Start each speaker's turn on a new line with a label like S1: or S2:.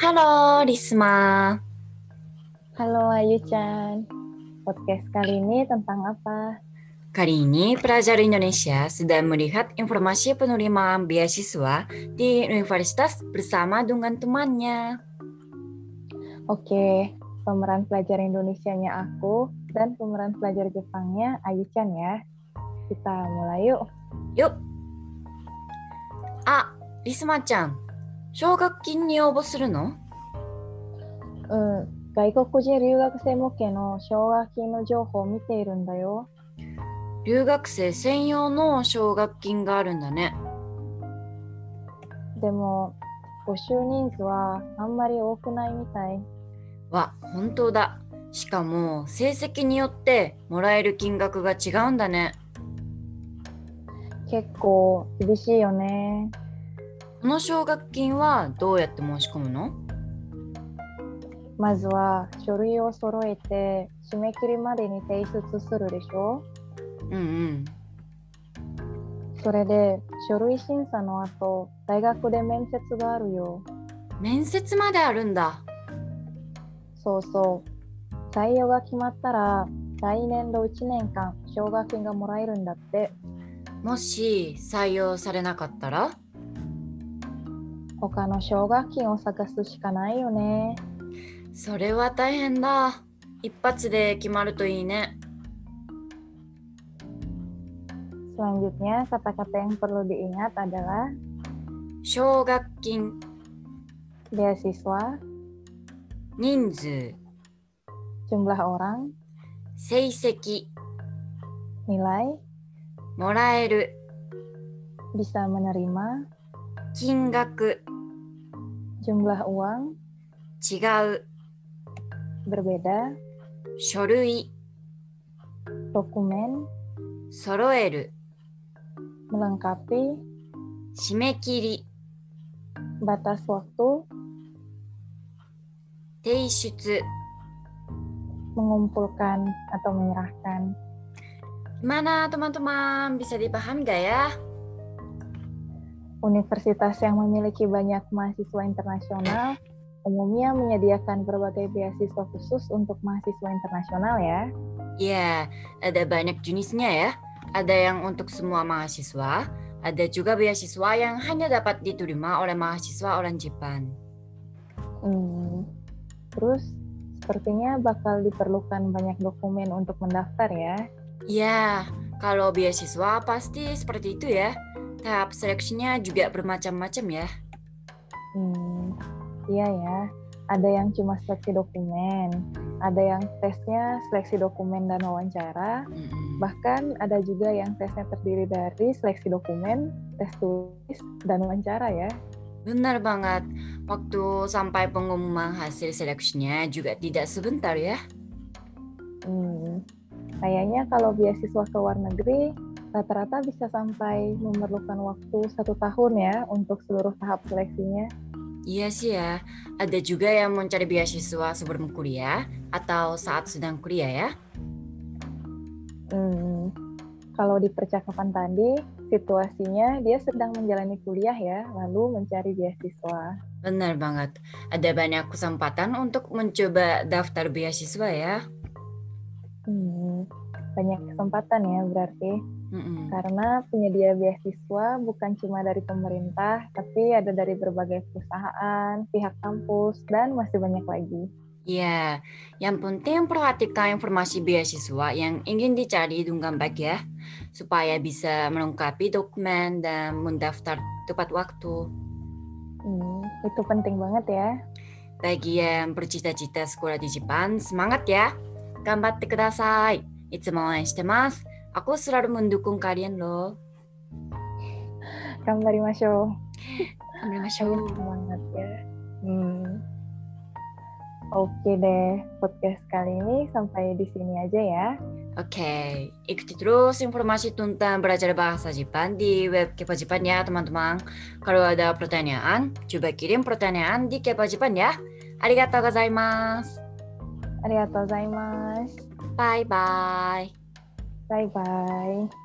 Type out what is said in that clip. S1: ハロー、リスマ
S2: Halo Ayu Chan. Podcast kali ini tentang apa?
S1: Kali ini, pelajar Indonesia sedang melihat informasi penerimaan beasiswa di universitas bersama dengan temannya.
S2: Oke, pemeran pelajar Indonesianya aku dan pemeran pelajar Jepangnya Ayu Chan ya. Kita mulai yuk.
S1: よっあ、リスマちゃん、奨学金に応募するの
S2: うん、外国人留学生向けの奨学金の情報を見ているんだよ。
S1: 留学生専用の奨学金があるんだね。
S2: でも、募集人数はあんまり多くないみたい。
S1: わ、本当だ。しかも、成績によってもらえる金額が違うんだね。
S2: 結構厳しいよね。
S1: この奨学金はどうやって申し込むの
S2: まずは書類を揃えて締め切りまでに提出するでしょ
S1: うんうん。
S2: それで書類審査の後大学で面接があるよ
S1: 面接まであるんだ。
S2: そうそう採用が決まったら来年度1年間奨学金がもらえるんだって
S1: もし採用されなかったら
S2: 他の奨学金を探すしかないよね
S1: それは大変だ。一発で決まるといいね。
S2: selanjutnya kata-kata yang perlu diingat adalah
S1: 奨学金、
S2: beasiswa
S1: 人数、
S2: jumlah orang
S1: 成績、
S2: nilai
S1: もらえる、
S2: bisa menerima
S1: 金額、
S2: jumlah uang
S1: 違う、
S2: berbeda
S1: 書類、
S2: dokumen
S1: 揃える、
S2: melengkapi
S1: 締め切り、
S2: batas waktu
S1: 提出、
S2: mengumpulkan atau menyerahkan
S1: Gimana teman-teman? Bisa dipaham gak ya?
S2: Universitas yang memiliki banyak mahasiswa internasional umumnya menyediakan berbagai beasiswa khusus untuk mahasiswa internasional ya.
S1: Iya, ada banyak jenisnya ya. Ada yang untuk semua mahasiswa, ada juga beasiswa yang hanya dapat diterima oleh mahasiswa orang Jepang.
S2: Hmm. Terus sepertinya bakal diperlukan banyak dokumen untuk mendaftar ya.
S1: Iya, kalau beasiswa pasti seperti itu ya. Tahap seleksinya juga bermacam-macam ya.
S2: Hmm. Iya ya. Ada yang cuma seleksi dokumen, ada yang tesnya seleksi dokumen dan wawancara,
S1: Mm-mm.
S2: bahkan ada juga yang tesnya terdiri dari seleksi dokumen, tes tulis, dan wawancara ya.
S1: Benar banget. Waktu sampai pengumuman hasil seleksinya juga tidak sebentar ya.
S2: Hmm, kayaknya kalau beasiswa ke luar negeri rata-rata bisa sampai memerlukan waktu satu tahun ya untuk seluruh tahap seleksinya.
S1: Iya sih ya, ada juga yang mencari beasiswa sebelum kuliah atau saat sedang kuliah ya.
S2: Hmm, kalau di percakapan tadi situasinya dia sedang menjalani kuliah ya, lalu mencari beasiswa.
S1: Benar banget, ada banyak kesempatan untuk mencoba daftar beasiswa ya.
S2: Hmm, banyak kesempatan ya berarti
S1: Mm-mm.
S2: karena penyedia beasiswa bukan cuma dari pemerintah, tapi ada dari berbagai perusahaan, pihak kampus dan masih banyak lagi.
S1: Iya, yang penting perhatikan informasi beasiswa yang ingin dicari dengan baik ya, supaya bisa melengkapi dokumen dan mendaftar tepat waktu.
S2: Hmm, itu penting banget ya.
S1: Bagi yang bercita-cita sekolah di Jepang, semangat ya. Gambatte kudasai. Itsumo oen shite mas. Aku selalu mendukung kalian loh.
S2: 頑張りましょ
S1: Konbanwa.
S2: う。semangat ya. Hmm. Oke deh, podcast kali ini sampai di sini aja ya.
S1: Oke, ikuti terus informasi tentang belajar bahasa Jepang di web Kepo Jepang ya teman-teman. Kalau ada pertanyaan, coba kirim pertanyaan di Kepo Jepang ya. Arigatou gozaimasu.
S2: ありがとうございます。
S1: Bye bye.
S2: Bye bye.